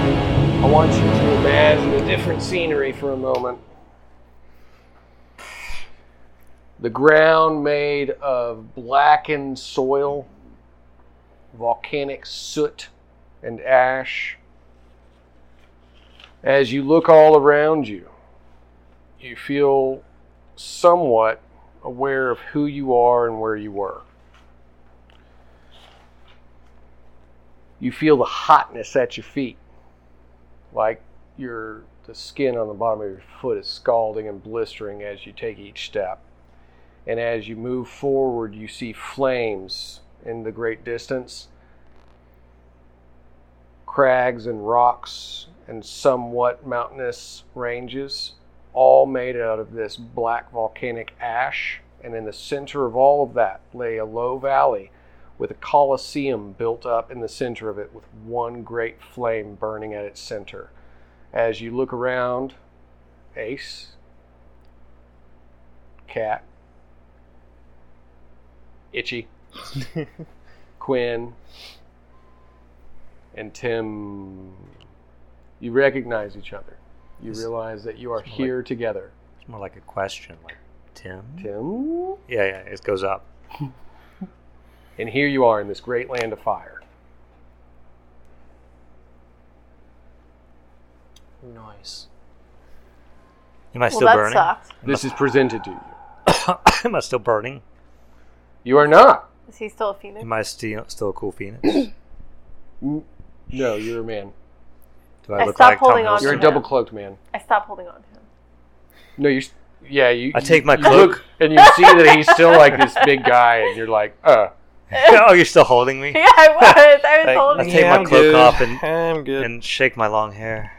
I want you to imagine a different scenery for a moment. The ground made of blackened soil, volcanic soot, and ash. As you look all around you, you feel somewhat aware of who you are and where you were. You feel the hotness at your feet, like your the skin on the bottom of your foot is scalding and blistering as you take each step. And as you move forward, you see flames in the great distance, crags and rocks, and somewhat mountainous ranges all made out of this black volcanic ash. And in the center of all of that lay a low valley with a coliseum built up in the center of it with one great flame burning at its center. As you look around, Ace, Cat, Itchy, Quinn, and Tim, you recognize each other. You This- realize that you are It's more like- here together. It's more like a question, like Tim. Tim? Yeah, yeah. It goes up. And here you are in this great land of fire. Nice. Am I Well, uh, still that burning? sucked. This is presented to you. Am I still burning? You are not. Is he still a phoenix? Am I still still a cool phoenix? Do No, you're a man. I, I look stopped like Tom holding on to You're Hiddleston? a double cloaked man. I stopped holding on to him. No, you're. s- Yeah, you. I take my you look cloak. and you see that he's still like this big guy, and you're like, uh. oh, you're still holding me. Yeah, I was. I Like, was I holding take him. my cloak off and- I'm good. And shake my long hair.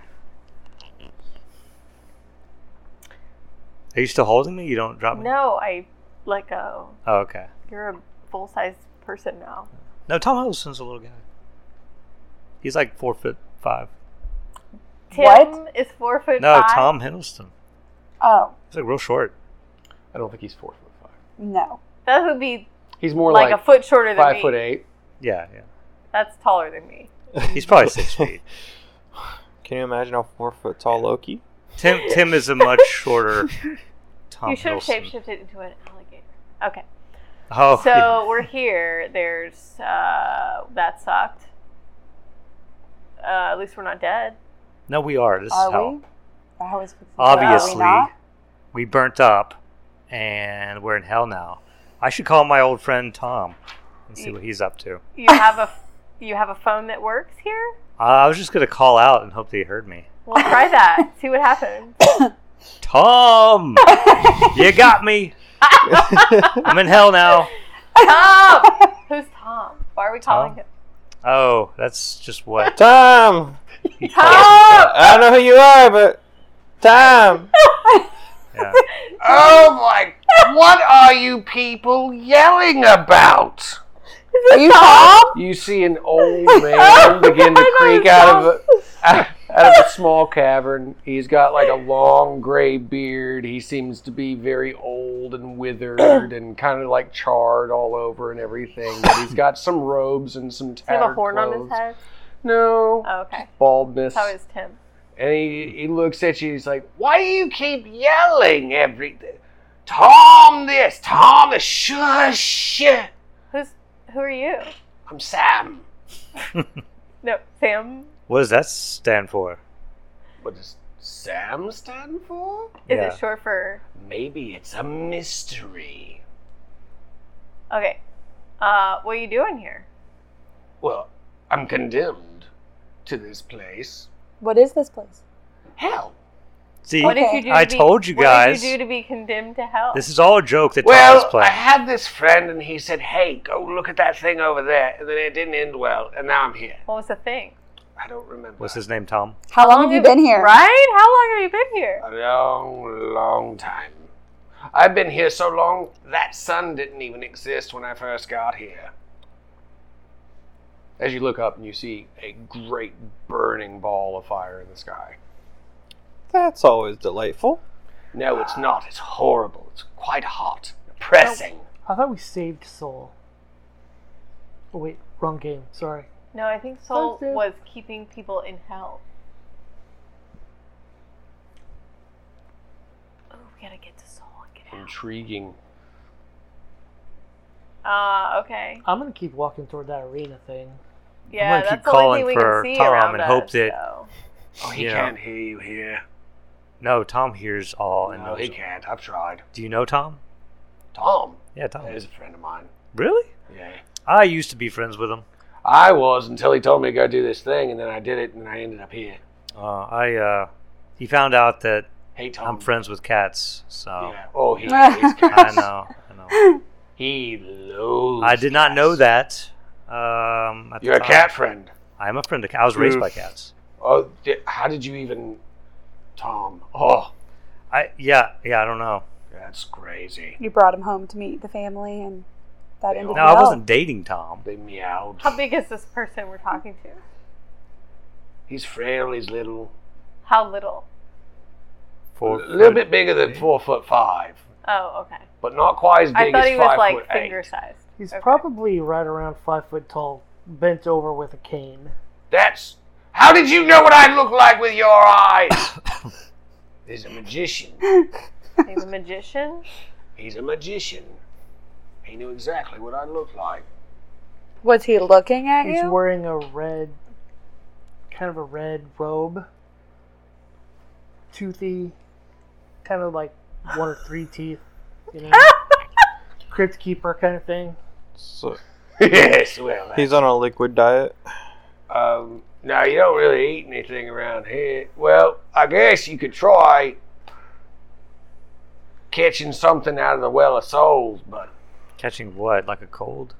Are you still holding me? You don't drop me. No, I let go. Oh, okay. You're a full size person now. No, Tom Hiddleston's a little guy. He's like four foot five. Tim What? is four foot No, five. Tom Hiddleston. Oh, He's like real short. I don't think he's four foot five. no. That would be He's more like, like, a foot shorter than five me. foot eight. Yeah, yeah. That's taller than me. He's probably six feet. Can you imagine how four foot tall Loki? Tim Tim is a much shorter Tom you should have Hiddleston. shapeshifted into an alligator. Okay. Oh, so yeah. we're here. There's uh that sucked. Uh, at least we're not dead. no, we are. This is Are hell. we? I was confused. Are we Obviously, not? we burnt up, and we're in hell now. I should call my old friend Tom and see what he's up to. You have a you have a phone that works here. Uh, I was just gonna call out and hope that he heard me. We'll try that. See what happens. Tom, you got me. I'm in hell now. Tom. Who's Tom? Why are we calling Tom? him? Oh, that's just what Tom! he calls. Tom. I don't know who you are, but Tom! Yeah. Oh my! What are you people yelling about? Are you Tom? You see an old man begin to creak out of a, out of a small cavern. He's got like a long gray beard. He seems to be very old and withered and kind of like charred all over and everything. But he's got some robes and some Does he have tattered a horn on his clothes. head? No Oh, okay. baldness. How is Tim? And he, he looks at you. He's like, "Why do you keep yelling everything? Tom, this, Tom, this, shush! Who's who are you? I'm Sam." No, Sam. What does that stand for? What does Sam stand for? Is Yeah. it short for? Maybe it's a mystery. Okay. Uh, what are you doing here? Well, I'm condemned to this place. What is this place? Hell. See, What did Okay. you do? I to be, told you What guys. did you do to be condemned to hell? this is all a joke that Tom is Well, I playing. had this friend, and he said, "Hey, go look at that thing over there," and then it didn't end well, and now I'm here. what was the thing? I don't remember. What's his name? Tom. How long have you been here? Right? How long have you been here? A long, long time. I've been here so long that sun didn't even exist when I first got here. As you look up and you see a great burning ball of fire in the sky. That's always delightful. No, it's not. It's horrible. It's quite hot. Pressing. I thought we saved Soul. Oh wait, wrong game. Sorry. No, I think Soul Soul. was keeping people in hell. Oh, We gotta get to Seoul and get out. Intriguing. Uh, okay. I'm gonna keep walking toward that arena thing. gonna Yeah, keep that's the only calling thing we for can see Tom around and us, hope that- so. Oh, he Yeah. can't hear you here. No, Tom hears all and no, knows. he can't. I've tried. Do you know Tom? Tom Yeah, Tom. is a friend of mine. Really? Yeah. I used to be friends with him. I was until he told me to go do this thing, and then I did it, and I ended up here. Uh, I uh, he found out that Hey, Tom. I'm friends with cats, so Um, Yeah. Oh, he hates I cats. know. I know. He loathes. I did not cats. know that. Um, at the You're a time. cat friend. I'm a friend of. ca- I was raised Oof. by cats. Oh, di- how did you even, Tom? Oh, I yeah yeah I don't know. that's crazy. You brought him home to meet the family, and that ended No, well. I wasn't dating Tom. They meowed. How big is this person we're talking to? He's frail. He's little. How little? For a little bit bigger than four foot five, Oh, okay. but not quite as big I thought as he was five like foot finger eight. sized. He's Okay. probably right around five foot tall, bent over with a cane. That's how did you know what I look like with your eyes? He's a magician. He's a magician. He's a magician. He knew exactly what I looked like. Was he looking at He's you? wearing a red, kind of a red robe, toothy, kind of like one or three teeth, you know, crypt keeper kind of thing. So yes, well, he's on a liquid diet. Um, no, you don't really eat anything around here. Well, I guess you could try catching something out of the well of souls, but catching what like a cold?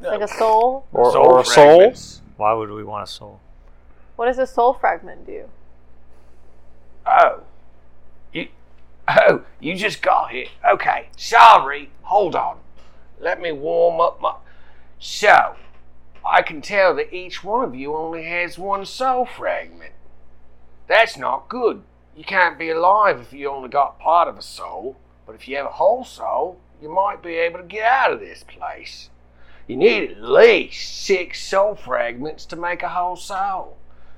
Like a soul. Or, or a soul? fragments. Why would we want a soul? What does a soul fragment do? Oh, you, oh, you just got here. Okay, sorry. Hold on. Let me warm up my. So, I can tell that each one of you only has one soul fragment. That's not good. You can't be alive if you only got part of a soul. But if you have a whole soul, you might be able to get out of this place. You need at least six soul fragments to make a whole soul.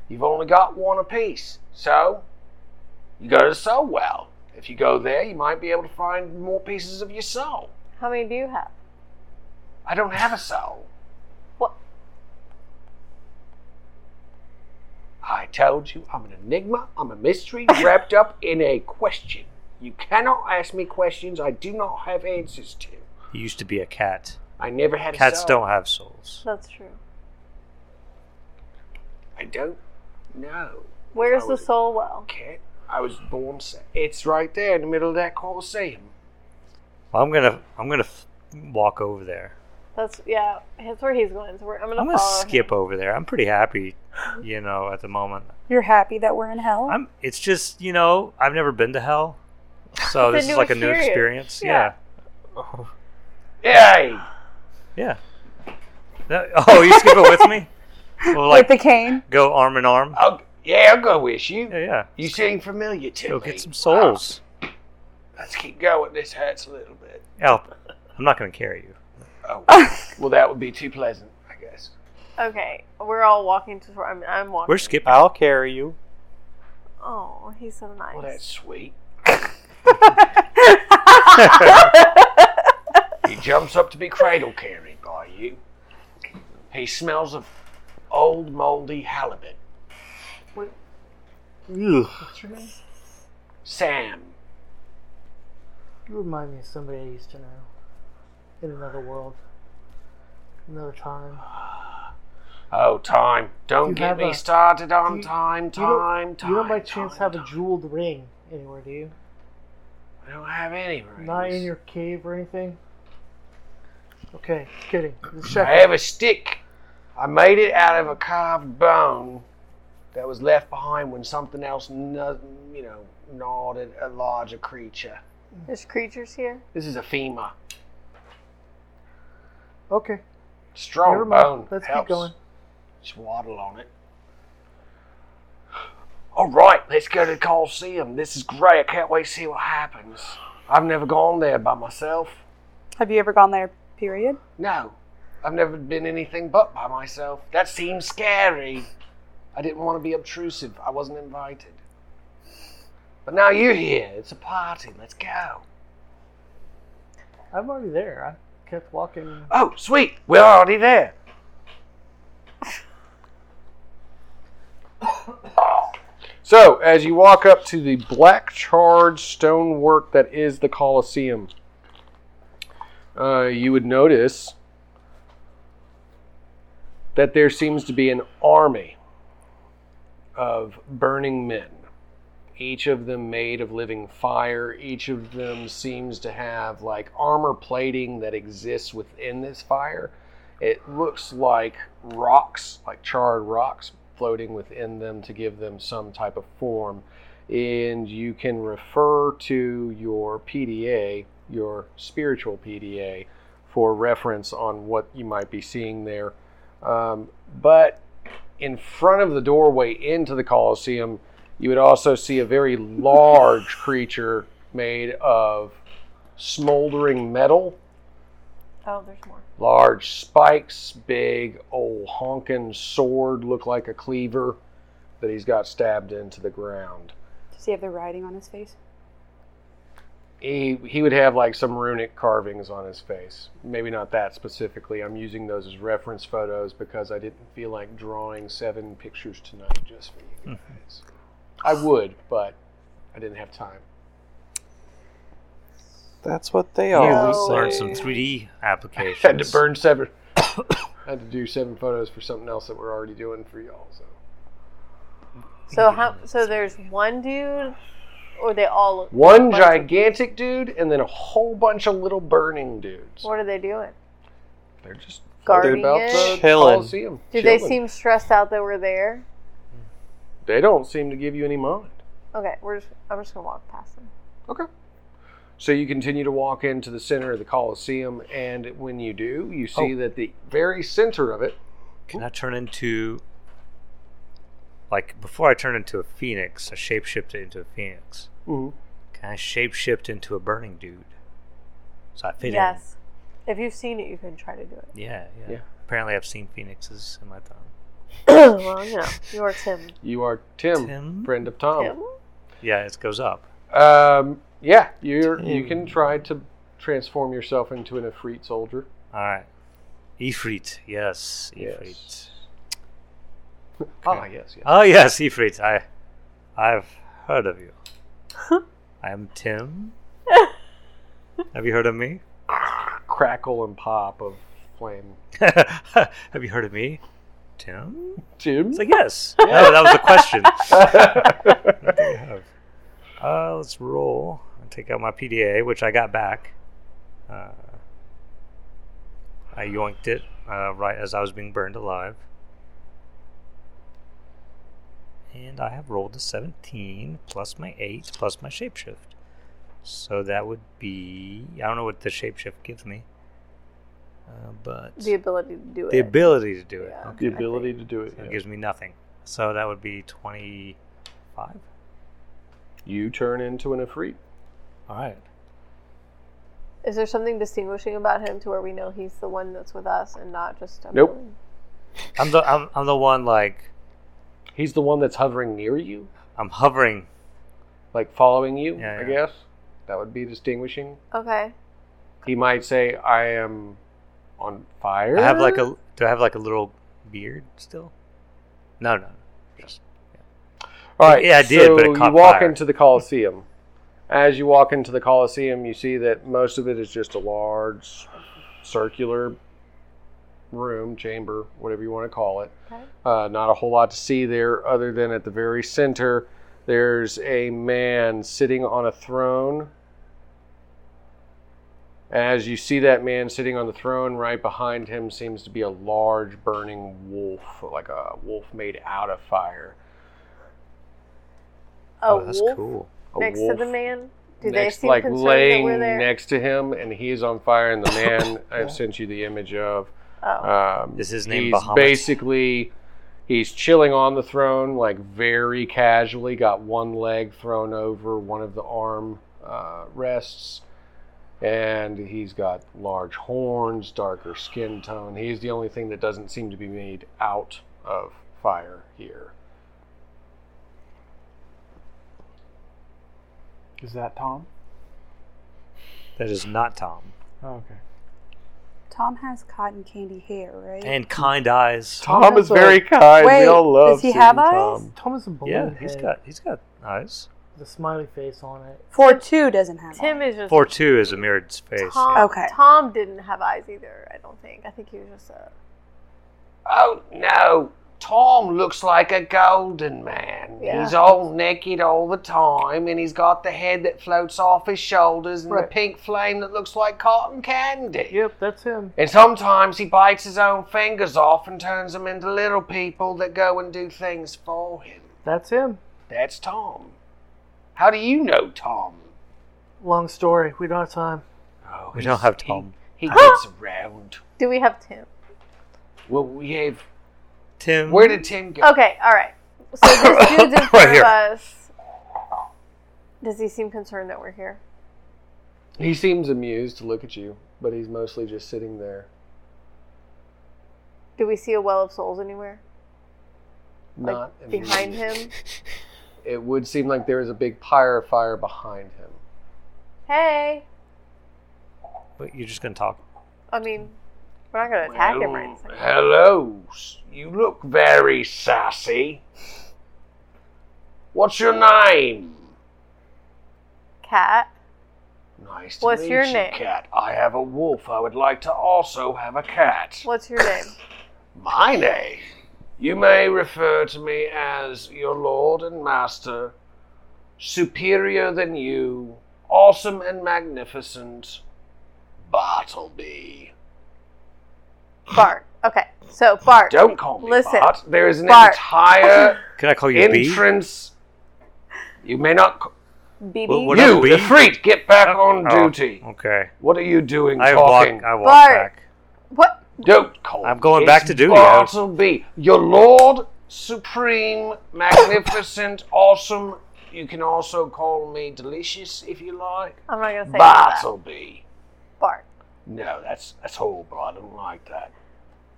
You've only got one apiece. So, you go to the soul well. If you go there, you might be able to find more pieces of your soul. How many do you have? I don't have a soul. What? I told you I'm an enigma. I'm a mystery wrapped up in a question. You cannot ask me questions I do not have answers to. He used to be a cat. I never had a Cats soul. don't have souls. That's true. I don't know. Where's the was- soul well? Cat. I was born. sa- It's right there in the middle of that coliseum. Well, I'm gonna I'm gonna f- walk over there. That's yeah. That's where he's going. So we're, I'm gonna. I'm gonna follow him. skip over there. I'm pretty happy, you know, at the moment. You're happy that we're in hell? I'm. It's just you know I've never been to hell, so It's a this is new like a new experience. experience. Yeah, Yay! yeah. That- oh, you skip it with me? We'll like With the cane? go arm in arm. I'll, yeah, I'll go with you. Yeah, yeah. You seem familiar to Go me. get some souls. Wow. Let's keep going. This hurts a little bit. Yeah, I'm not gonna carry you. Oh, well, that would be too pleasant, I guess. Okay, we're all walking to. I'm, I'm walking. We're skipping. I'll carry you. Oh, he's so nice. Well, that's sweet. he jumps up to be cradle carried by you. He smells of old moldy halibut. What's your name? Sam. You remind me of somebody I used to know in another world, another time. Oh, time. Don't You get have me a- started on you- time, you don't- time, time. You don't by time, chance have a time. jeweled ring anywhere, do you? I don't have any rings. Not in your cave or anything? Okay, kidding. Just I checking. have a stick. I made it out of a carved bone that was left behind when something else, nu- you know, gnawed at a larger creature. There's creatures here. This is a femur. Okay, Strong never mind. bone. Let's helps. keep going. Just waddle on it. All right, let's go to the Coliseum. This is great. I can't wait to see what happens. I've never gone there by myself. Have you ever gone there, period? No, I've never been anything but by myself. That seems scary. I didn't want to be obtrusive. I wasn't invited. But now you're here. It's a party. Let's go. I'm already there. I kept walking. Oh, sweet. We're already there. so, as you walk up to the black charred stonework that is the Colosseum, uh, you would notice that there seems to be an army of burning men. Each of them made of living fire. Each of them seems to have like armor plating that exists within this fire. It looks like rocks, like charred rocks floating within them to give them some type of form. And you can refer to your PDA, your spiritual PDA, for reference on what you might be seeing there. Um, but in front of the doorway into the Colosseum, you would also see a very large creature made of smoldering metal, Oh, there's more. large spikes, big old honking sword, look like a cleaver that he's got stabbed into the ground. Does he have the writing on his face? He, he would have like some runic carvings on his face. Maybe not that specifically. I'm using those as reference photos because I didn't feel like drawing seven pictures tonight just for you guys. I would, but I didn't have time. That's what they You always say. learn some 3D applications. had to burn seven. had to do seven photos for something else that we're already doing for y'all. So So how? So there's one dude, or they all look. one bunch of- gigantic dude, and then a whole bunch of little burning dudes. What are they doing? They're just Guarding about it? the Chilling. Colosseum, Do they chilling. seem stressed out that we're there? They don't seem to give you any mind. Okay, we're just. I'm just gonna walk past them. So you continue to walk into the center of the Colosseum, and when you do, you see that the very center of it. Can I turn into like before I turn into a phoenix, I shapeshift into a phoenix. Mm-hmm. Can I shapeshift into a burning dude? So I fit yes. If you've seen it, you can try to do it. in. Yeah, yeah, Yeah. Apparently, I've seen phoenixes in my time. well, you know, you are Tim. You are Tim, Tim? friend of Tom. Tim? Yeah, it goes up. Um, yeah, you are you Tim. can try to transform yourself into an Efreet soldier. All right. Ifrit, yes, Yes. Ifrit. Ah, yes, yes. Oh yes, Ifrit. I, I've heard of you. I'm Tim. Have you heard of me? Crackle and pop of flame. Have you heard of me, Tim? Tim? It's like yes. No, that was the question. I think I have. Uh, let's roll. I take out my PDA, which I got back. Uh, I yoinked it uh, right as I was being burned alive. And I have rolled a 17 plus my 8 plus my shapeshift. So that would be. I don't know what the shapeshift gives me. Uh, but The ability to do the it. ability to do it. Yeah. Okay. the ability to do it. It yeah. gives me nothing. So that would be 25. You turn into an Efreet. All right. Is there something distinguishing about him to where we know he's the one that's with us and not just a Nope. villain? I'm the I'm, I'm the one like He's the one that's hovering near you, I'm hovering. like following you, Yeah, I yeah. guess. That would be distinguishing. Okay. He might say, I am on fire. I have like a do I have like a little beard still? No, no. Just All right. Yeah, I did, so but it caught you walk fire. into the Colosseum. As you walk into the Colosseum, you see that most of it is just a large circular room, chamber, whatever you want to call it. Okay. Uh, not a whole lot to see there, other than at the very center, there's a man sitting on a throne. As you see that man sitting on the throne, right behind him seems to be a large burning wolf, like a wolf made out of fire. A oh, that's wolf cool. a next wolf to the man. Do they next, seem like concerned laying that we're there? next to him, and he's on fire. And the man I've sent you the image of. oh, Um, Is his name He's Bahamut? basically he's chilling on the throne, like very casually. Got one leg thrown over one of the arm uh, rests, and he's got large horns, darker skin tone. He's the only thing that doesn't seem to be made out of fire here. Is that Tom? That is not Tom. Oh, okay. Tom has cotton candy hair, right? And kind eyes. Tom Tom is is very kind. Wait, we all love does he seeing have eyes? Tom. Thomas a balloon Yeah, he's head got he's got eyes. with a smiley face on it. Four two doesn't have. Tim is just Four two is a mirrored space. Tom. yeah. Okay. Tom didn't have eyes either. I don't think. I think he was just a. Oh no, Tom looks like a golden man. Yeah. He's all naked all the time, and he's got the head that floats off his shoulders and the Right. pink flame that looks like cotton candy. Yep, that's him. And sometimes he bites his own fingers off and turns them into little people that go and do things for him. That's him. That's Tom. How do you know Tom? Long story. We don't have time. Oh, We he's- don't have he- Tom. He, gets around. Do we have Tim? Well, we have. Tim. Where did Tim go? Okay. All right. So this dude's in front Right here. of us. Does he seem concerned that we're here? He seems amused to look at you, but he's mostly just sitting there. Do we see a well of souls anywhere? Like, Not amused. behind him. It would seem like there is a big pyre of fire behind him. Hey. Wait, you're just gonna talk. I mean, we're not gonna attack him right now. Hello. You look very sassy. What's your name? Cat. Nice to What's meet your you, name? cat. I have a wolf. I would like to also have a cat. What's your name? My name? You may refer to me as your lord and master, superior than you, awesome and magnificent, Bartleby. Bart. Okay. So Bart. Don't call me Listen, Bart. There is an Bart. entire Can I call you B? entrance. You may not. Call- BB. Well, what- Would I you, be? Ifrit, get back on Oh, duty. Okay. What are you doing I walk. talking? I walk Bart. back. what? Don't call. I'm going me. back It's to duty. I was- Bartleby, your Lord Supreme, magnificent, awesome. You can also call me delicious if you like. I'm not gonna say that. Bartleby. Bart. No, that's that's horrible. I don't like that.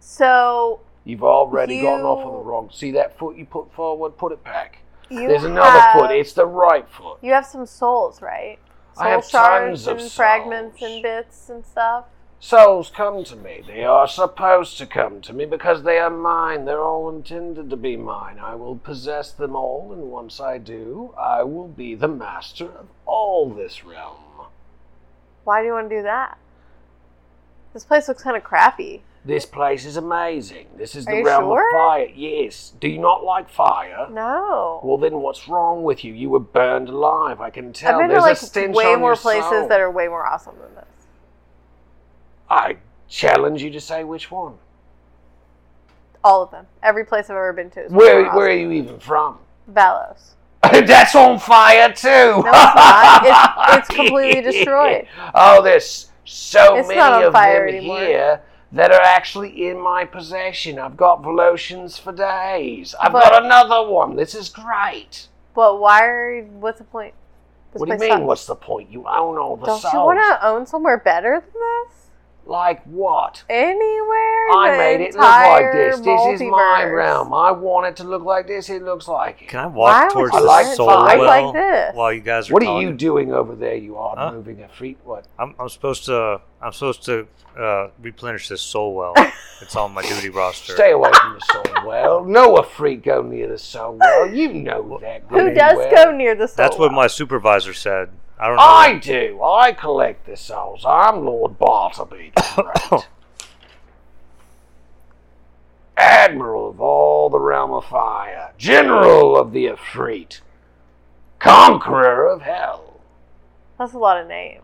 So You've already gotten off on You- the wrong. See that foot you put forward? Put it back. you There's another have, foot. It's the right foot. you have some souls, right? Soul I have tons shards of and fragments souls. and bits and stuff. Souls come to me. They are supposed to come to me because they are mine. They're all intended to be mine. I will possess them all, and once I do, I will be the master of all this realm. Why do you want to do that? This place looks kind of crappy. This place is amazing. This is Are the you realm sure? of fire. Yes. Do you not like fire? No. Well, then what's wrong with you? You were burned alive. I can tell. I've been There's to a like stench way on more your places soul. that are way more awesome than this. I challenge you to say which one. All of them. Every place I've ever been to is way Where, more where are awesome. you even from? Valos. That's on fire too. No, it's not. It's- it's completely destroyed. Oh, there's so It's not on many of fire them anymore. here that are actually in my possession. I've got Volotians for days. I've But- got another one. This is great. But why are? What's the point? This what do you place mean? sucks. What's the point? You own all the Don't souls. you want to own somewhere better than this? Like what? Anywhere? in I the made it look like entire this. This is my multiverse. realm. I want it to look like this. It looks like it. Can I Why walk would towards you the like soul five? well Like this? while you guys are what are talking? you doing over there? You odd Huh? moving a freak. What? I'm, I'm supposed to. I'm supposed to uh, replenish this soul well. it's on my duty roster. Stay away from the soul well. No a freak go near the soul well. You know that. Who really does well. go near the soul? That's what well? my supervisor said. I don't know. I do. I collect the souls. I'm Lord Bartleby, the Great. Admiral of all the realm of fire, General of the Efreet, Conqueror of Hell. That's a lot of names.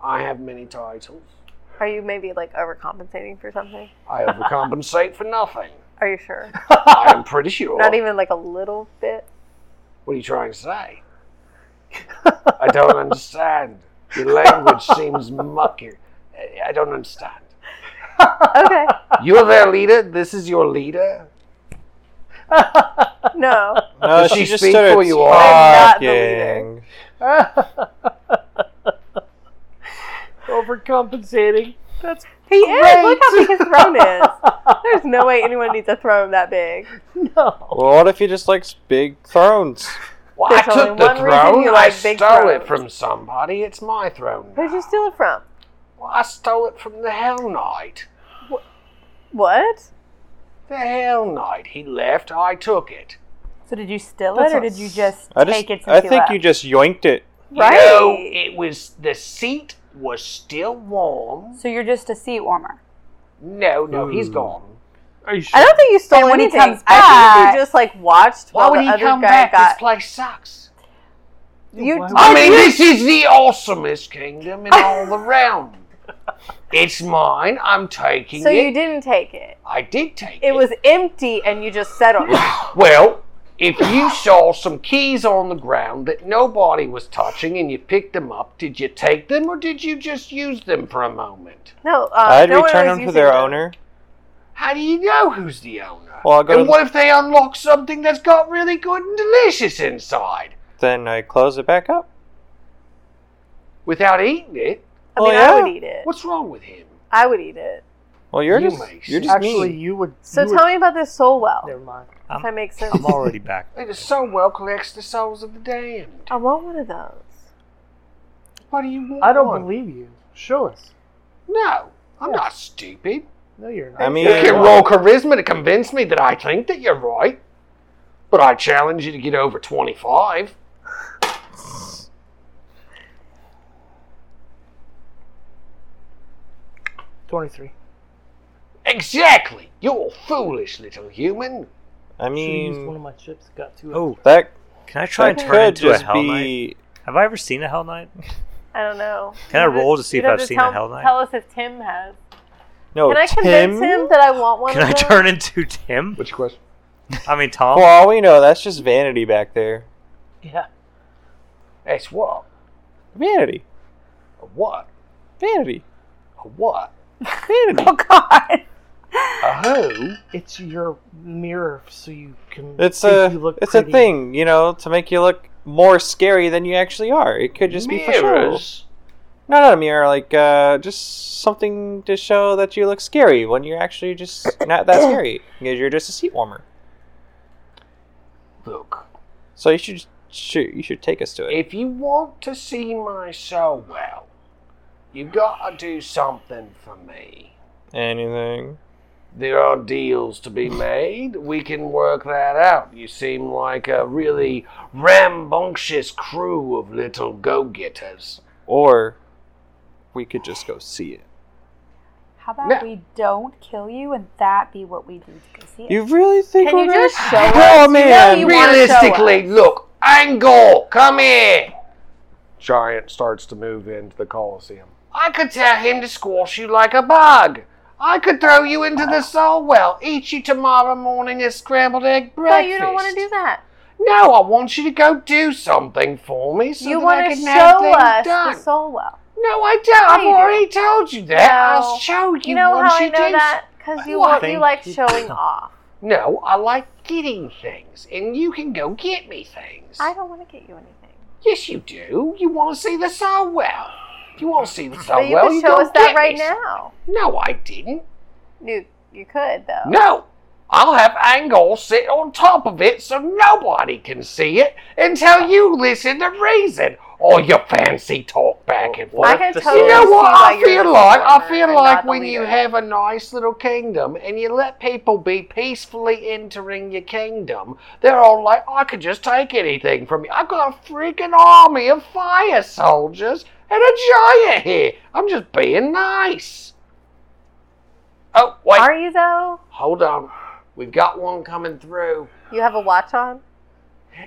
I have many titles. Are you maybe like overcompensating for something? I overcompensate for nothing. Are you sure? I am pretty sure. Not even like a little bit. What are you trying to say? I don't understand. Your language seems mucky. I- I don't understand. Okay. You're their leader. This is your leader. No. No, Does she she just speak started for you all? I'm not the talking. Overcompensating. That's He is. Look how big his throne is. There's no way anyone needs a throne that big. no. Well, what if he just likes big thrones? Well, There's I took only the one reason throne. you I like stole it big thrones. from somebody. It's my throne. Who'd you steal it from? Well, I stole it from the Hell Knight. What? The Hell Knight. He left. I took it. So did you steal That's it, or not did you just I just, take it? Since I think left? you just yoinked it. right. You know, it was the seat was still warm. So you're just a seat warmer. No, no, he's Hmm. Ooh. gone. Are you I don't think you stole And when he anything. comes I think back- you just like watched Why while would the he other come guy back? got. This place sucks. You- Why I would- mean, this is the awesomest kingdom in all the realm. It's mine. I'm taking so it. you didn't take it. I did take it. It was empty, and you just settled. it. Well, if you saw some keys on the ground that nobody was touching and you picked them up, did you take them or did you just use them for a moment? No, uh, I'd no one return was them to using their owner. How do you know who's the owner? Well, I'll go to and the- what if they unlock something that's got really good and delicious inside Then I close it back up. without eating it? I mean, Oh, yeah? I would eat it. What's wrong with him? I would eat it. Well, you're You just may see. you're just Actually, mean. you would. So you tell me about this soul well. Would, never mind. If that makes sense. I'm already back. It is so well collects the souls of the damned. I want one of those. What do you want? I don't believe you. Show us. No, I'm Yeah. not stupid. No, you're not. I mean, You can roll charisma to convince me that I think that you're right, but I challenge you to get over 25. Twenty-three. Exactly! You're foolish little human. I Should've used one mean of my chips. Got two. Oh, that can I try and that turn could into a just hell knight? be. Have I ever seen a hell knight? I don't know. Can I You'd have roll to see you'd if I've have to seen a tell, hell knight? Tell us if Tim has. No, Oh, Can I convince Tim? him that I want one Can of I those? turn into Tim? What's your question? I mean Tom. For all we know, that's just vanity back there. Yeah. It's what? Vanity, A what? vanity, A what? vanity. Oh God. A who? It's your mirror, so you can. It's think a You look it's pretty. a thing, you know, to make you look more scary than you actually are. It could just be for show. Mirrors. No, not a mirror. Like uh, just something to show that you look scary when you're actually just not that scary because you're just a seat warmer. Look, So you should shoot. You should take us to it. if you want to see my soul well, you gotta do something for me. Anything. There are deals to be made. We can work that out. You seem like a really rambunctious crew of little go getters. Or we could just go see it. How about No. we don't kill you and that be what we do to go see it? You really think Can we're you gonna- just show us? Oh, You know man. you wanna show Realistically, us. look, Angle, come here. Giant starts to move into the Coliseum. I could tell him to squash you like a bug. I could throw you into the soul well, eat you tomorrow morning as scrambled egg No, breakfast. you don't want to do that. No, I want you to go do something for me so you that I want to can have show things us done. the soul well. No, I don't. I've you do. already told you that. No. I'll show you, You know once how I you do know that? Because you Why? want you like showing off. s- No, I like getting things, and you can go get me things. I don't want to get you anything. Yes, you do. You want to see the soul well. You want to see the soul but you Oh, well? could you show go us that get right me some- now. No, I didn't. You you could though. No. I'll have Angle sit on top of it so nobody can see it until you listen to reason or your fancy talk back and forth. I can the- totally You know see what why I you're the feel like? I performer feel and like not the when you leader. have a nice little kingdom and you let people be peacefully entering your kingdom, they're all like, I could just take anything from you. I've got a freaking army of fire soldiers and a giant here. I'm just being nice. Oh, wait. Are you though? Hold on. We've got one coming through. You have a watch on.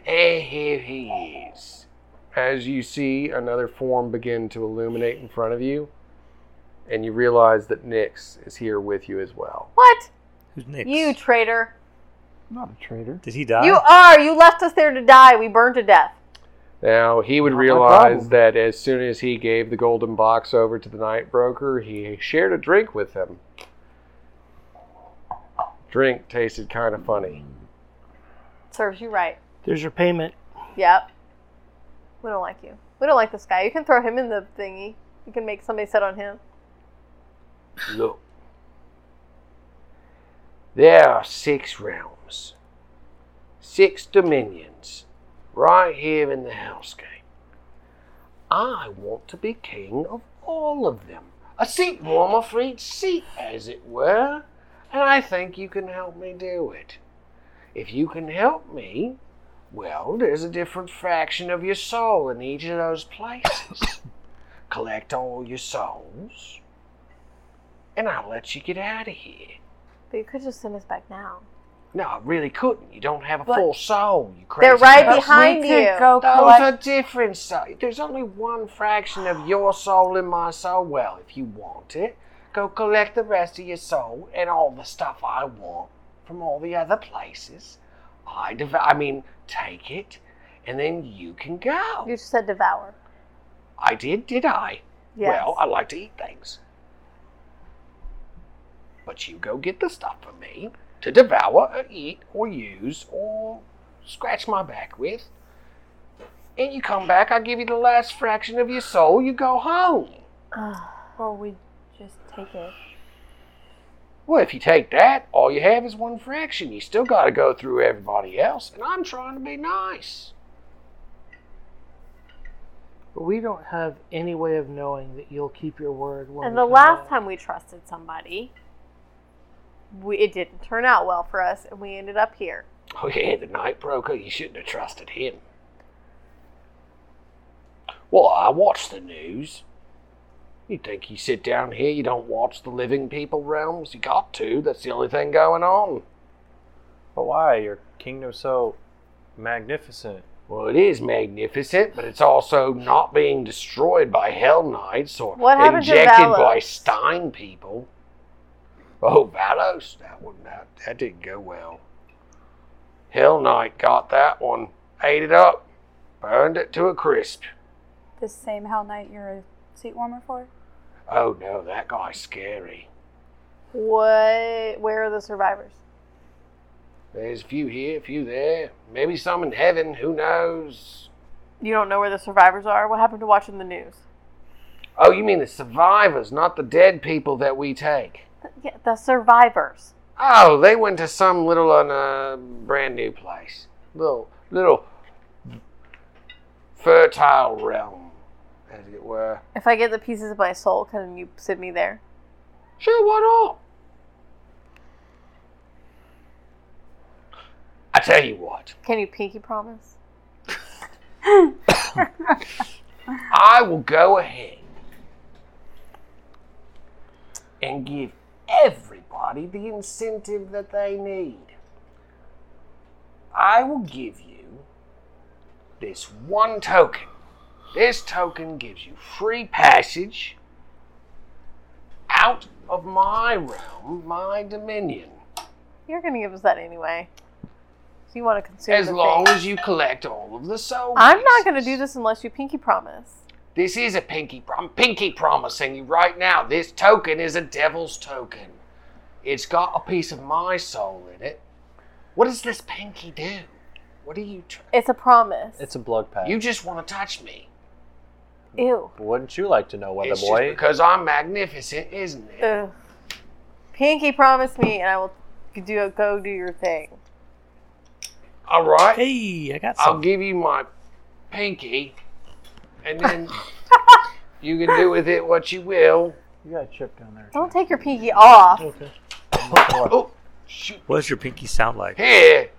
And here he is. As you see another form begin to illuminate in front of you, and you realize that Nyx is here with you as well. What? Who's Nick? You traitor. not a traitor. Did he die? You are. You left us there to die. We burned to death. Now, he would Not my realize problem. that as soon as he gave the golden box over to the night broker, he shared a drink with him. Drink tasted kind of funny. Serves you right. There's your payment. Yep. We don't like you. We don't like this guy. You can throw him in the thingy. You can make somebody sit on him. Look. There are six realms, six dominions, right here in the house game. I want to be king of all of them. A seat warmer for each seat, as it were. And I think you can help me do it. If you can help me, well, there's a different fraction of your soul in each of those places. Collect all your souls, and I'll let you get out of here. But you could just send us back now. No, I really couldn't. You don't have a But- full soul, you crazy. They're right person. behind we you. Could go Those collect- are different. So there's only one fraction of your soul in my soul. Well, if you want it, go collect the rest of your soul and all the stuff I want from all the other places. I dev- I mean, take it, and then you can You go. just said devour. I did, did I? Yes. Well, I like to eat things. But you go get the stuff for me to devour or eat or use or scratch my back with. And you come back, I give you the last fraction of your soul, you go home. Or we just take it. Well, if you take that, all you have is one fraction. You still got to go through everybody else, and I'm trying to be nice. But we don't have any way of knowing that you'll keep your word. When and we the come last back. time we trusted somebody, we, it didn't turn out well for us, and we ended up here. Oh, yeah, the night broker, you shouldn't have trusted him. Well, I watch the news. You think you sit down here, you don't watch the living people realms? You got to, that's the only thing going on. But why? Your kingdom's so magnificent. Well, it is magnificent, but it's also not being destroyed by Hell Knights or What happened to injected by Valos? Stein people. Oh, Valos, that one, that, that didn't go well. Hell Knight got that one, ate it up, burned it to a crisp. The same Hell Knight you're a seat warmer for? Oh no, that guy's scary. What? Where are the survivors? There's a few here, a few there, maybe some in heaven, who knows? You don't know where the survivors are? What happened to watching the news? Oh, you mean the survivors, not the dead people that we take. Yeah, the survivors. Oh, they went to some little uh, brand new place, little little fertile realm, as it were. If I get the pieces of my soul, can you send me there? Sure, why not? I tell you what, Can you pinky promise? I will go ahead and give everybody the incentive that they need. I will give you this one token. This token gives you free passage out of my realm, my dominion, You're gonna give us that anyway. So you want to consume? as the long thing. as you collect all of the souls. I'm not gonna do this unless you pinky promise. This is a pinky. I'm pinky promising you right now. This token is a devil's token. It's got a piece of my soul in it. What does this pinky do? What do you? Tr- It's a promise. It's a blood pact. you just want to touch me. ew. Wouldn't you like to know, weather it's just boy? because I'm magnificent, isn't it? Ugh. Pinky promise me, and I will do go do your thing. All right, Hey, I got I'll some. give you my pinky, and then you can do with it what you will. you got a chip down there. Don't take your pinky off. Okay. Oh, shoot. What does your pinky sound like? Here.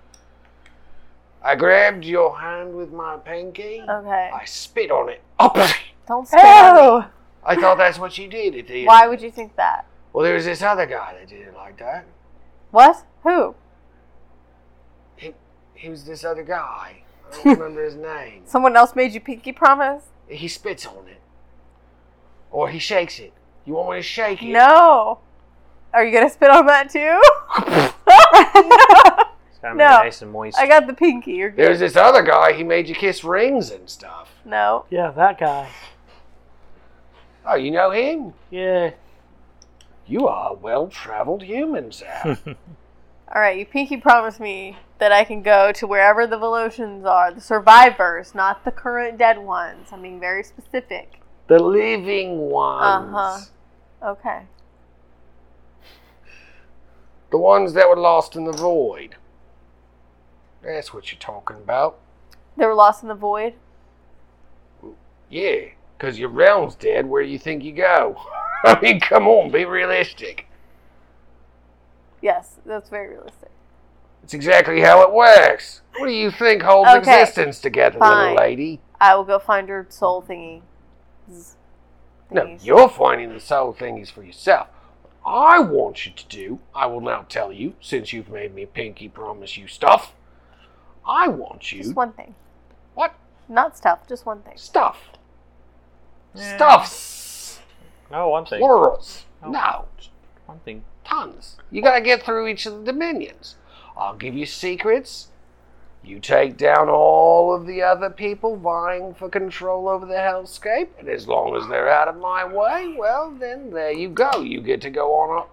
I grabbed your hand with my pinky. Okay. I spit on it. Oh, Don't spit on me. I thought that's what you did at the end. Why would you think that? Well, there was this other guy that did it like that. What? Who? He, he was this other guy. I don't remember his name. Someone else made you pinky promise? He spits on it. Or he shakes it. You want me to shake it? No. Are you gonna spit on that too? It's gotta No. be nice and moist. I got the pinky. You're There was good. this other guy. He made you kiss rings and stuff. No. Yeah, that guy. Oh, you know him? Yeah. You are a well traveled human, Hmm. Sal. All right. You pinky promise me that I can go to wherever the Velocians are, the survivors, not the current dead ones. I'm being very specific. the living ones. Uh-huh. Okay. The ones that were lost in the void. That's what you're talking about. They were lost in the void. Yeah, because your realm's dead. Where do you think you go? I mean, come on, be realistic. Yes, that's very realistic. It's exactly how it works. What do you think holds Okay. existence together, Fine. little lady? I will go find your soul thingy. Zzz. No, Thingies. you're finding the soul thingies for yourself. What I want you to do, I will now tell you, since you've made me pinky promise you stuff. I want you. Just one thing. What? Not stuff, just one thing. Stuff. Stuffs. No, Oh, one thing. Plurals. Oh. No, One thing. tons. You gotta get through each of the dominions. I'll give you secrets. You take down all of the other people vying for control over the hellscape, and as long as they're out of my way, well, then there you go. You get to go on up.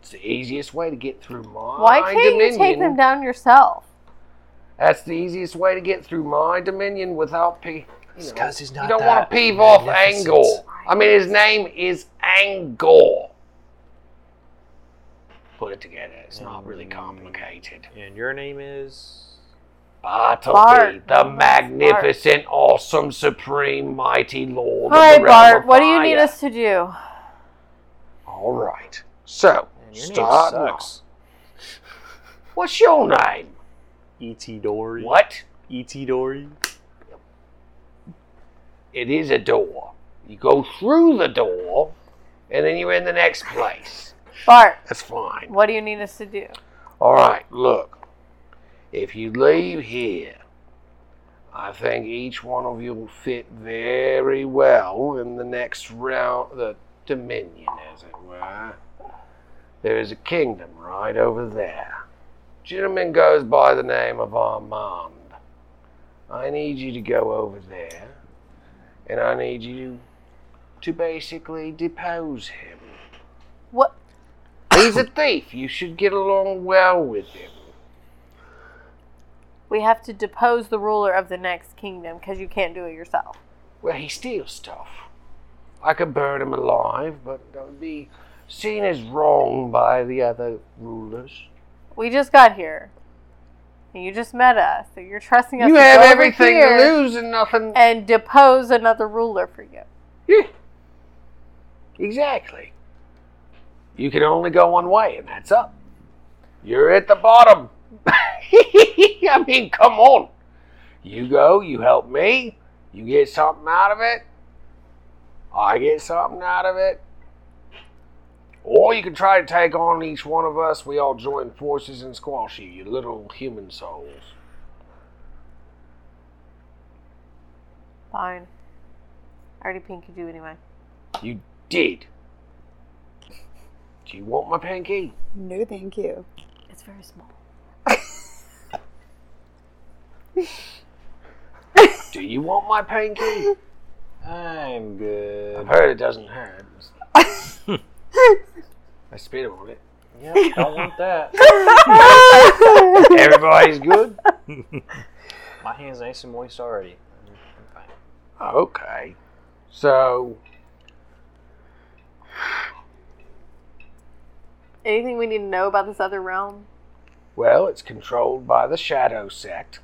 It's the easiest way to get through my Why can't you dominion. take them down yourself? That's the easiest way to get through my dominion without pe- you, know, 'cause he's you not don't want that to peeve off magnificent. Angor. I mean, his name is Angor. Put it together. It's Mm. not really complicated. And your name is. Bartleby, Bart. the magnificent, awesome, supreme, mighty lord. Hi, of the realm Bart. of What do you need fire. us to do? All right. So, Man, your start. name off. sucks. What's your name? E.T. E Dory. What? E.T. Dory. it is a door. You go through the door, and then you're in the next place. Bart, That's fine. what do you need us to do? All right, look. If you leave here, I think each one of you will fit very well in the next round, the dominion, as it were. There is a kingdom right over there. Gentleman goes by the name of Armand. I need you to go over there, and I need you to basically depose him. What? He's a thief. You should get along well with him. We have to depose the ruler of the next kingdom because you can't do it yourself. Well, he steals stuff. I could burn him alive, but that would be seen as wrong by the other rulers. We just got here, and you just met us, so you're trusting us. You to have go over everything here to lose and nothing. And depose another ruler for you. Yeah. Exactly. You can only go one way, and that's up. You're at the bottom. I mean, come on. You go, you help me, you get something out of it, I get something out of it. Or you can try to take on each one of us, we all join forces and squash you, you little human souls. Fine. I already pinky do anyway. You did. Do you want my pinky? No, thank you. It's very small. Do you want my pinky? I'm I've good. heard it doesn't hurt. I spit on it. Yeah, don't want that. Everybody's good? My hand's nice and moist already. I'm fine. Okay. So, Anything we need to know about this other realm? well, it's controlled by the Shadow Sect.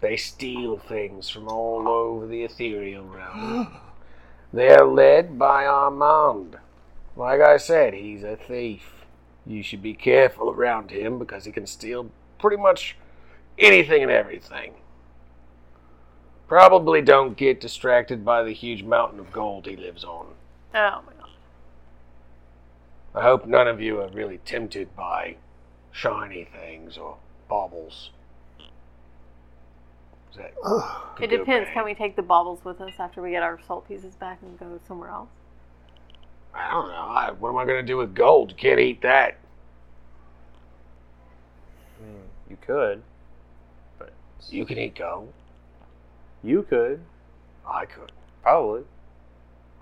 They steal things from all over the ethereal realm. They're led by Armand. Like I said, he's a thief. You should be careful around him because he can steal pretty much anything and everything. Probably don't get distracted by the huge mountain of gold he lives on. Oh my god. I hope none of you are really tempted by shiny things or baubles. Is that It depends. Can we take the baubles with us after we get our salt pieces back and go somewhere else? I don't know. I, what am I going to do with gold? You can't eat that. I mean, you could. But You can eat gold. you could. I could. Probably.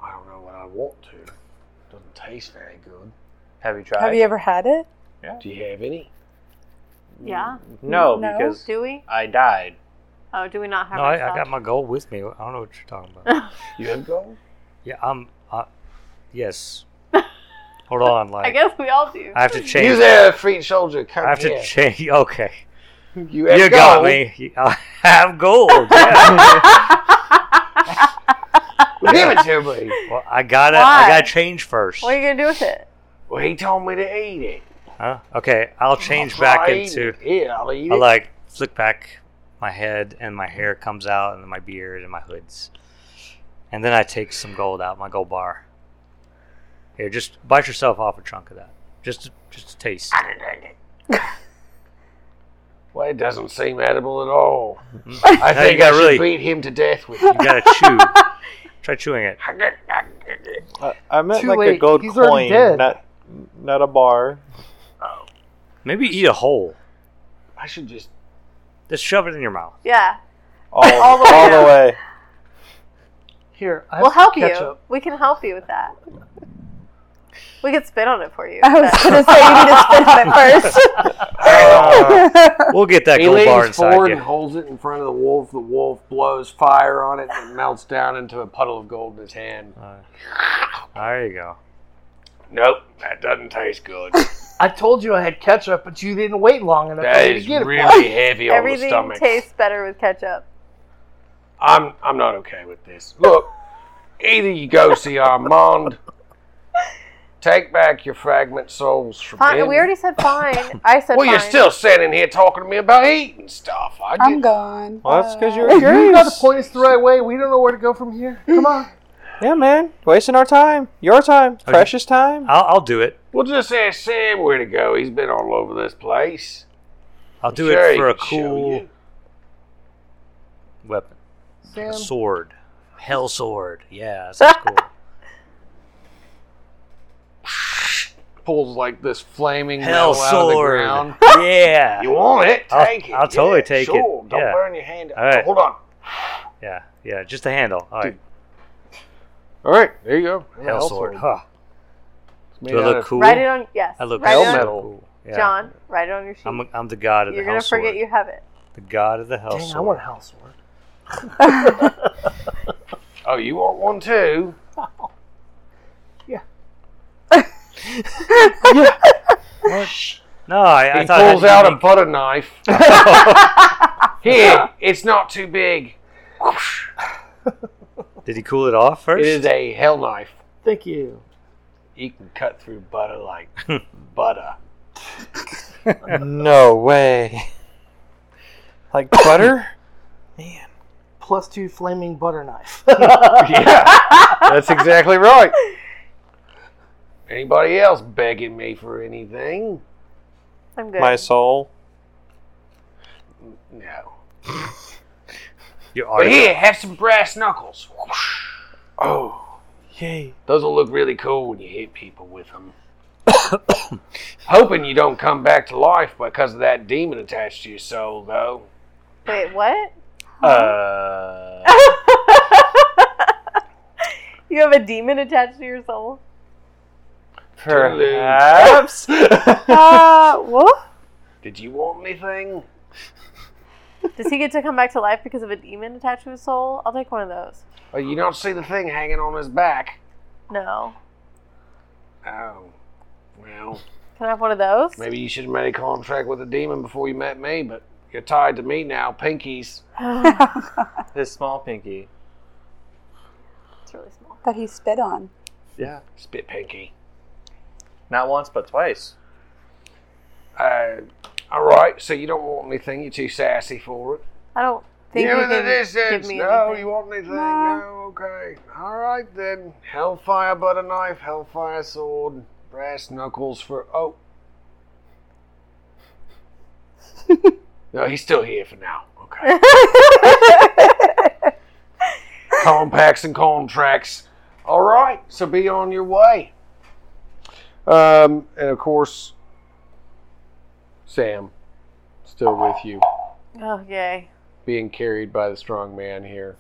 I don't know what I want to. Doesn't taste very good. Have you tried? Have you ever had it? Do you have any? Mm. Yeah. No, No. because Do we? I died. Oh, do we not have No, our I, I salt? got my gold with me. I don't know what you're talking about. You have gold? yeah, I'm. I, yes, Hold on, I like I, guess we all do. have to You change. there, feet soldier. Come I have to here. change. Okay, you you have got gold. me. I have gold. yeah. Give it to me. well, I gotta. Why? I gotta change first. what are you gonna do with it? Well, he told me to eat it. Huh? Okay, I'll change I'll back try eating into. it. Yeah, I'll eat I it. like flick back my head and my hair comes out and my beard and my hoods. And then I take some gold out, my gold bar. Here, just bite yourself off a chunk of that. Just just a taste. Well, it doesn't seem edible at all. Mm. I No, you think I gotta should really- beat him to death with you. You gotta chew. Try chewing it. I, I meant Too like a late. gold He's already coin, dead. not not a bar. Maybe eat a whole. I should just. Just shove it in your mouth. Yeah, All, All the all, way the down. way. Here, I we'll have help you. ketchup. We can help you with that. We could spit on it for you. I was gonna say you need to spit on it first. Uh, We'll get that he gold bar leans inside forward you. and holds it in front of the wolf. The wolf blows fire on it and it melts down into a puddle of gold in his hand. Uh, there you go. Nope, that doesn't taste good. I told you I had ketchup, but you didn't wait long enough for That me to is get it. really heavy on the Everything stomach. tastes better with ketchup. I'm I'm not okay with this. Look, either you go see Armand, take back your fragment souls from Fine. him. We already said fine. I said well, fine. you're still sitting here talking to me about eating stuff. I I'm did, gone. Well, that's because you were Bye. You got to curious. point us the right way. We don't know where to go from here. Come on. Yeah, man. Wasting our time. Your time. you- Precious time. I'll, I'll do it. we'll just ask Sam where to go. He's been all over this place. I'll do Sure, it he for a can show cool you. weapon. Sam, A sword. Hell sword. Yeah, that's cool. Pulls like this flaming Hell metal out of the sword. ground. Yeah. You want it? Take I'll- it. I'll totally take it. Sure. Don't Yeah. burn your hand. All right. Hold on. Yeah, yeah, just a handle. All right, All right. There you go. hell sword. Huh. It's made Do I out look of- cool? Write it on. Yes. I look write so it on, helmet. cool. Yeah. John. Write it on your sheet. I'm, I'm the god of you're the gonna hell forget sword. you have it. The god of the hell dang, I sword. want a house sword. Oh, you want one too? No, I, I he thought I pulls had out a unique- butter knife. Here, it's not too big. Did he cool it off It first? is a hell knife. Thank you. You can cut through butter like butter. No way. Like butter? Man. Plus two flaming butter knife. yeah, that's exactly right. Anybody else begging me for anything? I'm good. My soul. No. Your But artifact. here, have some brass knuckles. Oh, Yay. those will look really cool when you hit people with them. Hoping you don't come back to life because of that demon attached to your soul, though. Wait, what? Uh, You have a demon attached to your soul? Perhaps. Uh, what? Did you want anything? Does he get to come back to life because of a demon attached to his soul? I'll take one of those. Oh, you don't see the thing hanging on his back. No. Oh. Well, Can I have one of those? maybe you should have made a contract with a demon before you met me, but you're tied to me now, pinkies. His small pinky. it's really small. that he spit on. Yeah. Spit pinky. Not once, but twice. Uh, all right, so you don't want anything. You're too sassy for it. I don't think you you know can this give is. me No, anything. you want anything? No. No. okay. All right then. Hellfire butter knife, hellfire sword, brass knuckles for. Oh. no, he's still here for now. Okay. compacts and contracts. All right, so be on your way. Um, and of course, Sam, still with you, Oh, yay. being carried by the strong man here.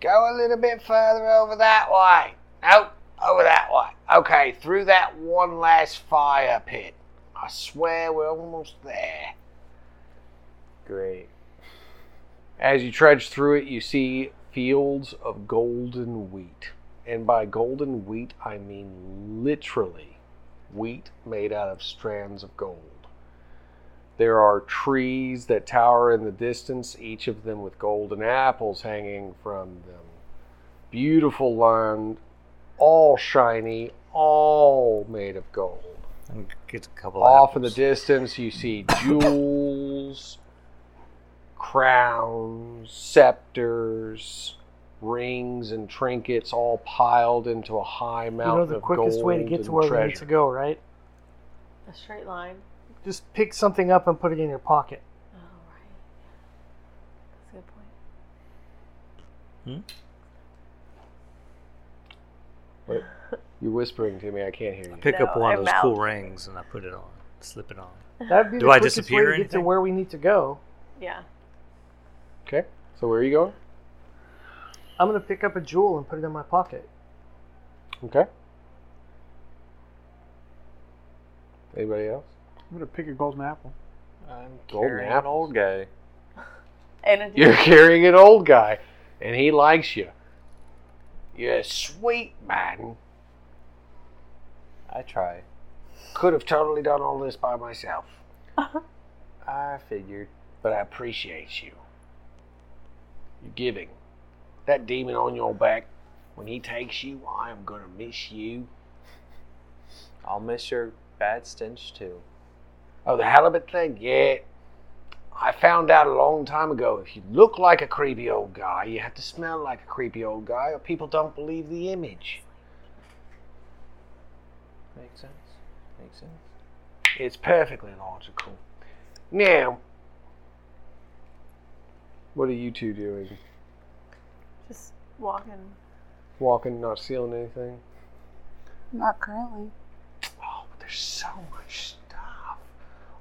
Go a little bit further over that way. Nope, over that way. Okay, through that one last fire pit. I swear we're almost there. Great. As you trudge through it, you see fields of golden wheat. And by golden wheat, I mean literally wheat made out of strands of gold. There are trees that tower in the distance, each of them with golden apples hanging from them. Beautiful land, all shiny, all made of gold. And gets a couple Off in the apples. distance, you see jewels, crowns, scepters, rings, and trinkets all piled into a high you mountain know the of quickest way to gold get to and where we need treasure. to go, right? A straight line. Just pick something up and put it in your pocket. Oh, right. That's a good point. You're whispering to me. I can't hear you. Pick up No, one of I'm those cool out. rings and I put it on, slip it on. That'd be Do the I quickest disappear or way to get to anything? where we need to go. Yeah. Okay. So where are you going? I'm gonna pick up a jewel and put it in my pocket. Okay. Anybody else? I'm gonna pick a golden apple. I'm Golden carrying an apples. old guy. And You're carrying an old guy, and he likes you. You're a sweet man. I try. Could have totally done all this by myself, I figured. but I appreciate you. You're giving. That demon on your back, when he takes you, I am gonna miss you. I'll miss your bad stench too. Oh, the halibut thing? Yeah. I found out a long time ago if you look like a creepy old guy, you have to smell like a creepy old guy, or people don't believe the image. Makes sense. Makes sense. It's perfectly logical. Now, what are you two doing? just walking. Walking, not stealing anything? Not currently. Oh, but there's so much stuff.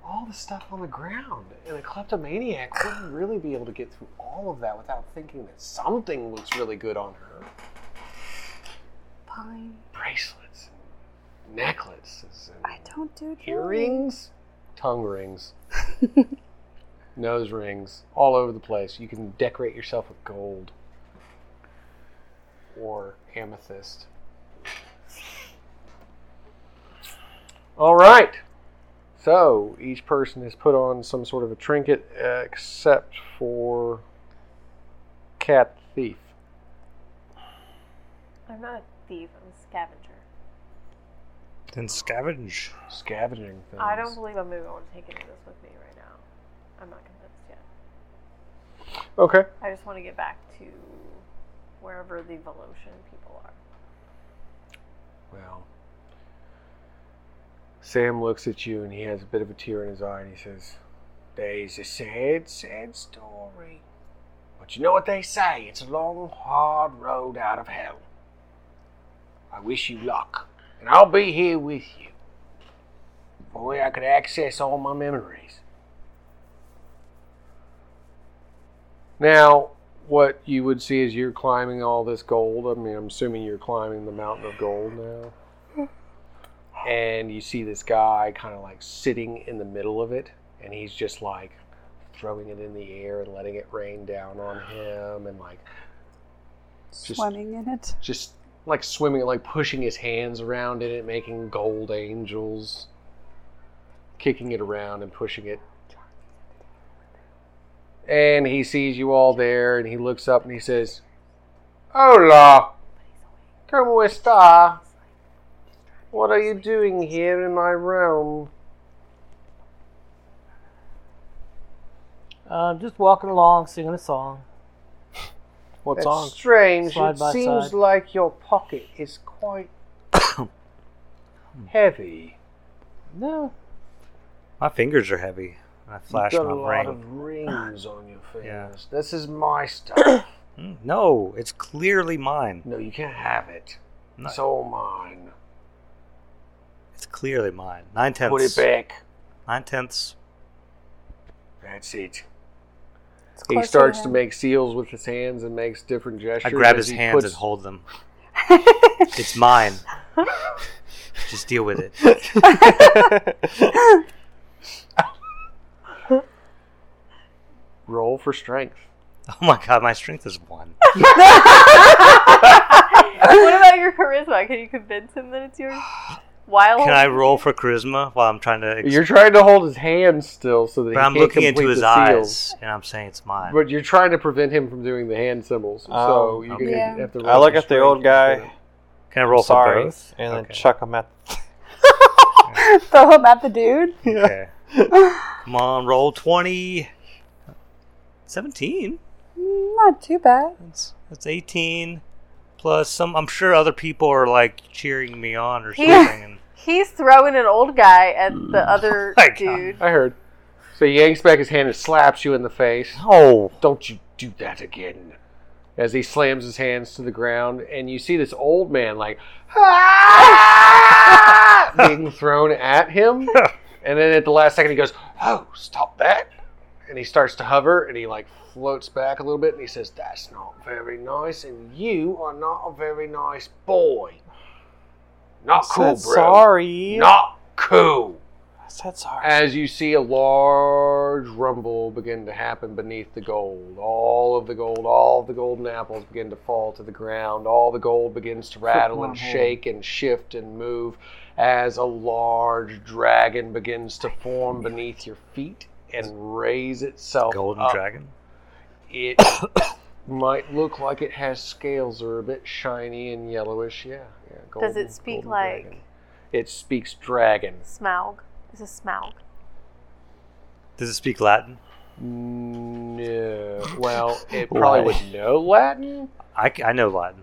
All the stuff on the ground. And a kleptomaniac wouldn't really be able to get through all of that without thinking that something looks really good on her. Fine. Bracelets, and necklaces, and I don't do jewelry. earrings, tongue rings, nose rings, all over the place. You can decorate yourself with gold or amethyst. All right. So each person has put on some sort of a trinket, uh, except for Cat Thief. I'm not a thief. I'm a scavenger. Then scavenge. Scavenging things. I don't believe I'm moving. I want to take any of this with me right now. I'm not convinced yet. Okay. I just want to get back to wherever the Voloshin people are. Well, Sam looks at you and he has a bit of a tear in his eye and he says, There's a sad, sad story. But you know what they say it's a long, hard road out of hell. I wish you luck, and I'll be here with you. If only I could access all my memories. Now, what you would see is you're climbing all this gold. I mean, I'm assuming you're climbing the mountain of gold now. And you see this guy kind of like sitting in the middle of it, and he's just like throwing it in the air and letting it rain down on him, and like Just- Swimming in it. just like swimming, like pushing his hands around in it, making gold angels, kicking it around and pushing it. And he sees you all there, and he looks up and he says, "Hola, cómo está? What are you doing here in my realm?" Uh, just walking along, singing a song. What That's song? Strange. Slide it by seems side. like your pocket is quite heavy. No, My fingers are heavy. I flash You've my got a ring. lot of rings on your Yeah. fingers. This is my stuff. Mm, No, it's clearly mine. no, you can't have it. No. It's all mine. It's clearly mine. Nine tenths. Put it back. Nine tenths. That's it. It's He closer starts to him. make seals with his hands and makes different gestures. I grab as his he hands puts- and hold them. it's mine. Just deal with it. Roll for strength. Oh my god, my strength is one. what about your charisma? Can you convince him that it's yours? While Can I holding roll it? for charisma while I'm trying to? Ex- Oh. You're trying to hold his hand still so that he but I'm can't looking into complete his the eyes, seals. and I'm saying it's mine. But you're trying to prevent him from doing the hand symbols, so Oh, you okay. can Yeah. have to. I roll look for at the old strength guy. Can I roll sorry, for both? and then Okay. chuck him at. Throw him at the dude. Okay. Come on, roll 20. 17? Mm, Not too bad. That's, that's 18. Plus, some. I'm sure other people are like cheering me on or Yeah. something. And He's throwing an old guy at the other my God. dude. I heard. So he yanks back his hand and slaps you in the face. oh, Don't you do that again. As he slams his hands to the ground, and you see this old man like "Ah!" being thrown at him, and then at the last second he goes, "Oh, stop that!" And he starts to hover, and he like floats back a little bit, and he says, "That's not very nice, and you are not a very nice boy. Not I cool, said bro. Sorry. Not cool." I said sorry. As you see a large rumble begin to happen beneath the gold, all of the gold, all of the golden apples begin to fall to the ground. All the gold begins to rattle and wormhole. shake and shift and move as a large dragon begins to form beneath your feet and raise itself. golden up. dragon. It might look like it has scales or a bit shiny and yellowish. Yeah. yeah Does golden- it speak golden like dragon. It speaks dragon. Smaug? Is a Smaug? Does it speak Latin? No. Well, it probably would know Latin, I, c- I know Latin.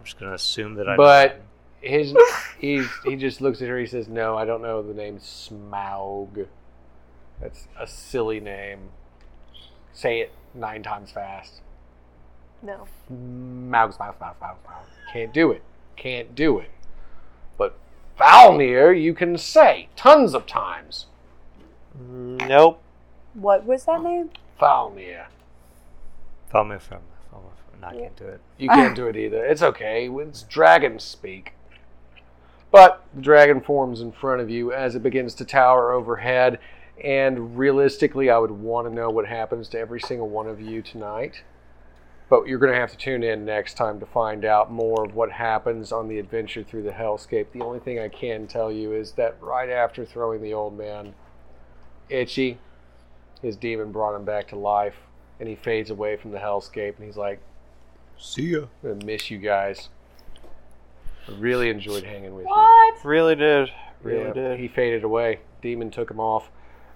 I'm just going to assume that I know But- Latin. his he he just looks at her. He says, "No, I don't know the name Smaug. That's a silly name. Say it nine times fast. No. Smaug, Smaug, Smaug, Smaug, Smaug. Can't do it. Can't do it. But Falnir, you can say tons of times. Nope. What was that name? Falnir. Follow me from. follow me from- No, I can't do it. You can't do it either. It's okay. It's dragon speak. But the dragon forms in front of you as it begins to tower overhead. And realistically, I would want to know what happens to every single one of you tonight. But you're going to have to tune in next time to find out more of what happens on the adventure through the hellscape. The only thing I can tell you is that right after throwing the old man, Itchy, his demon brought him back to life, and he fades away from the hellscape, and he's like, See ya. I miss you guys. I really enjoyed hanging with What? Really did. you. Really Yeah, did. He faded away. Demon took him off.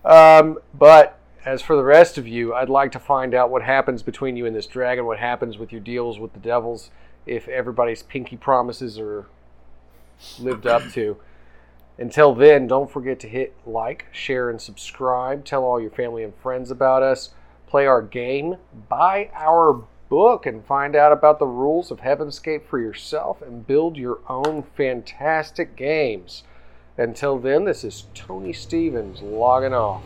Um, but as for the rest of you, I'd like to find out what happens between you and this dragon, what happens with your deals with the devils, if everybody's pinky promises are lived up to. Until then, don't forget to hit like, share, and subscribe. Tell all your family and friends about us. Play our game. Buy our book and find out about the rules of Heavenscape for yourself and build your own fantastic games. Until then, this is Tony Stevens logging off.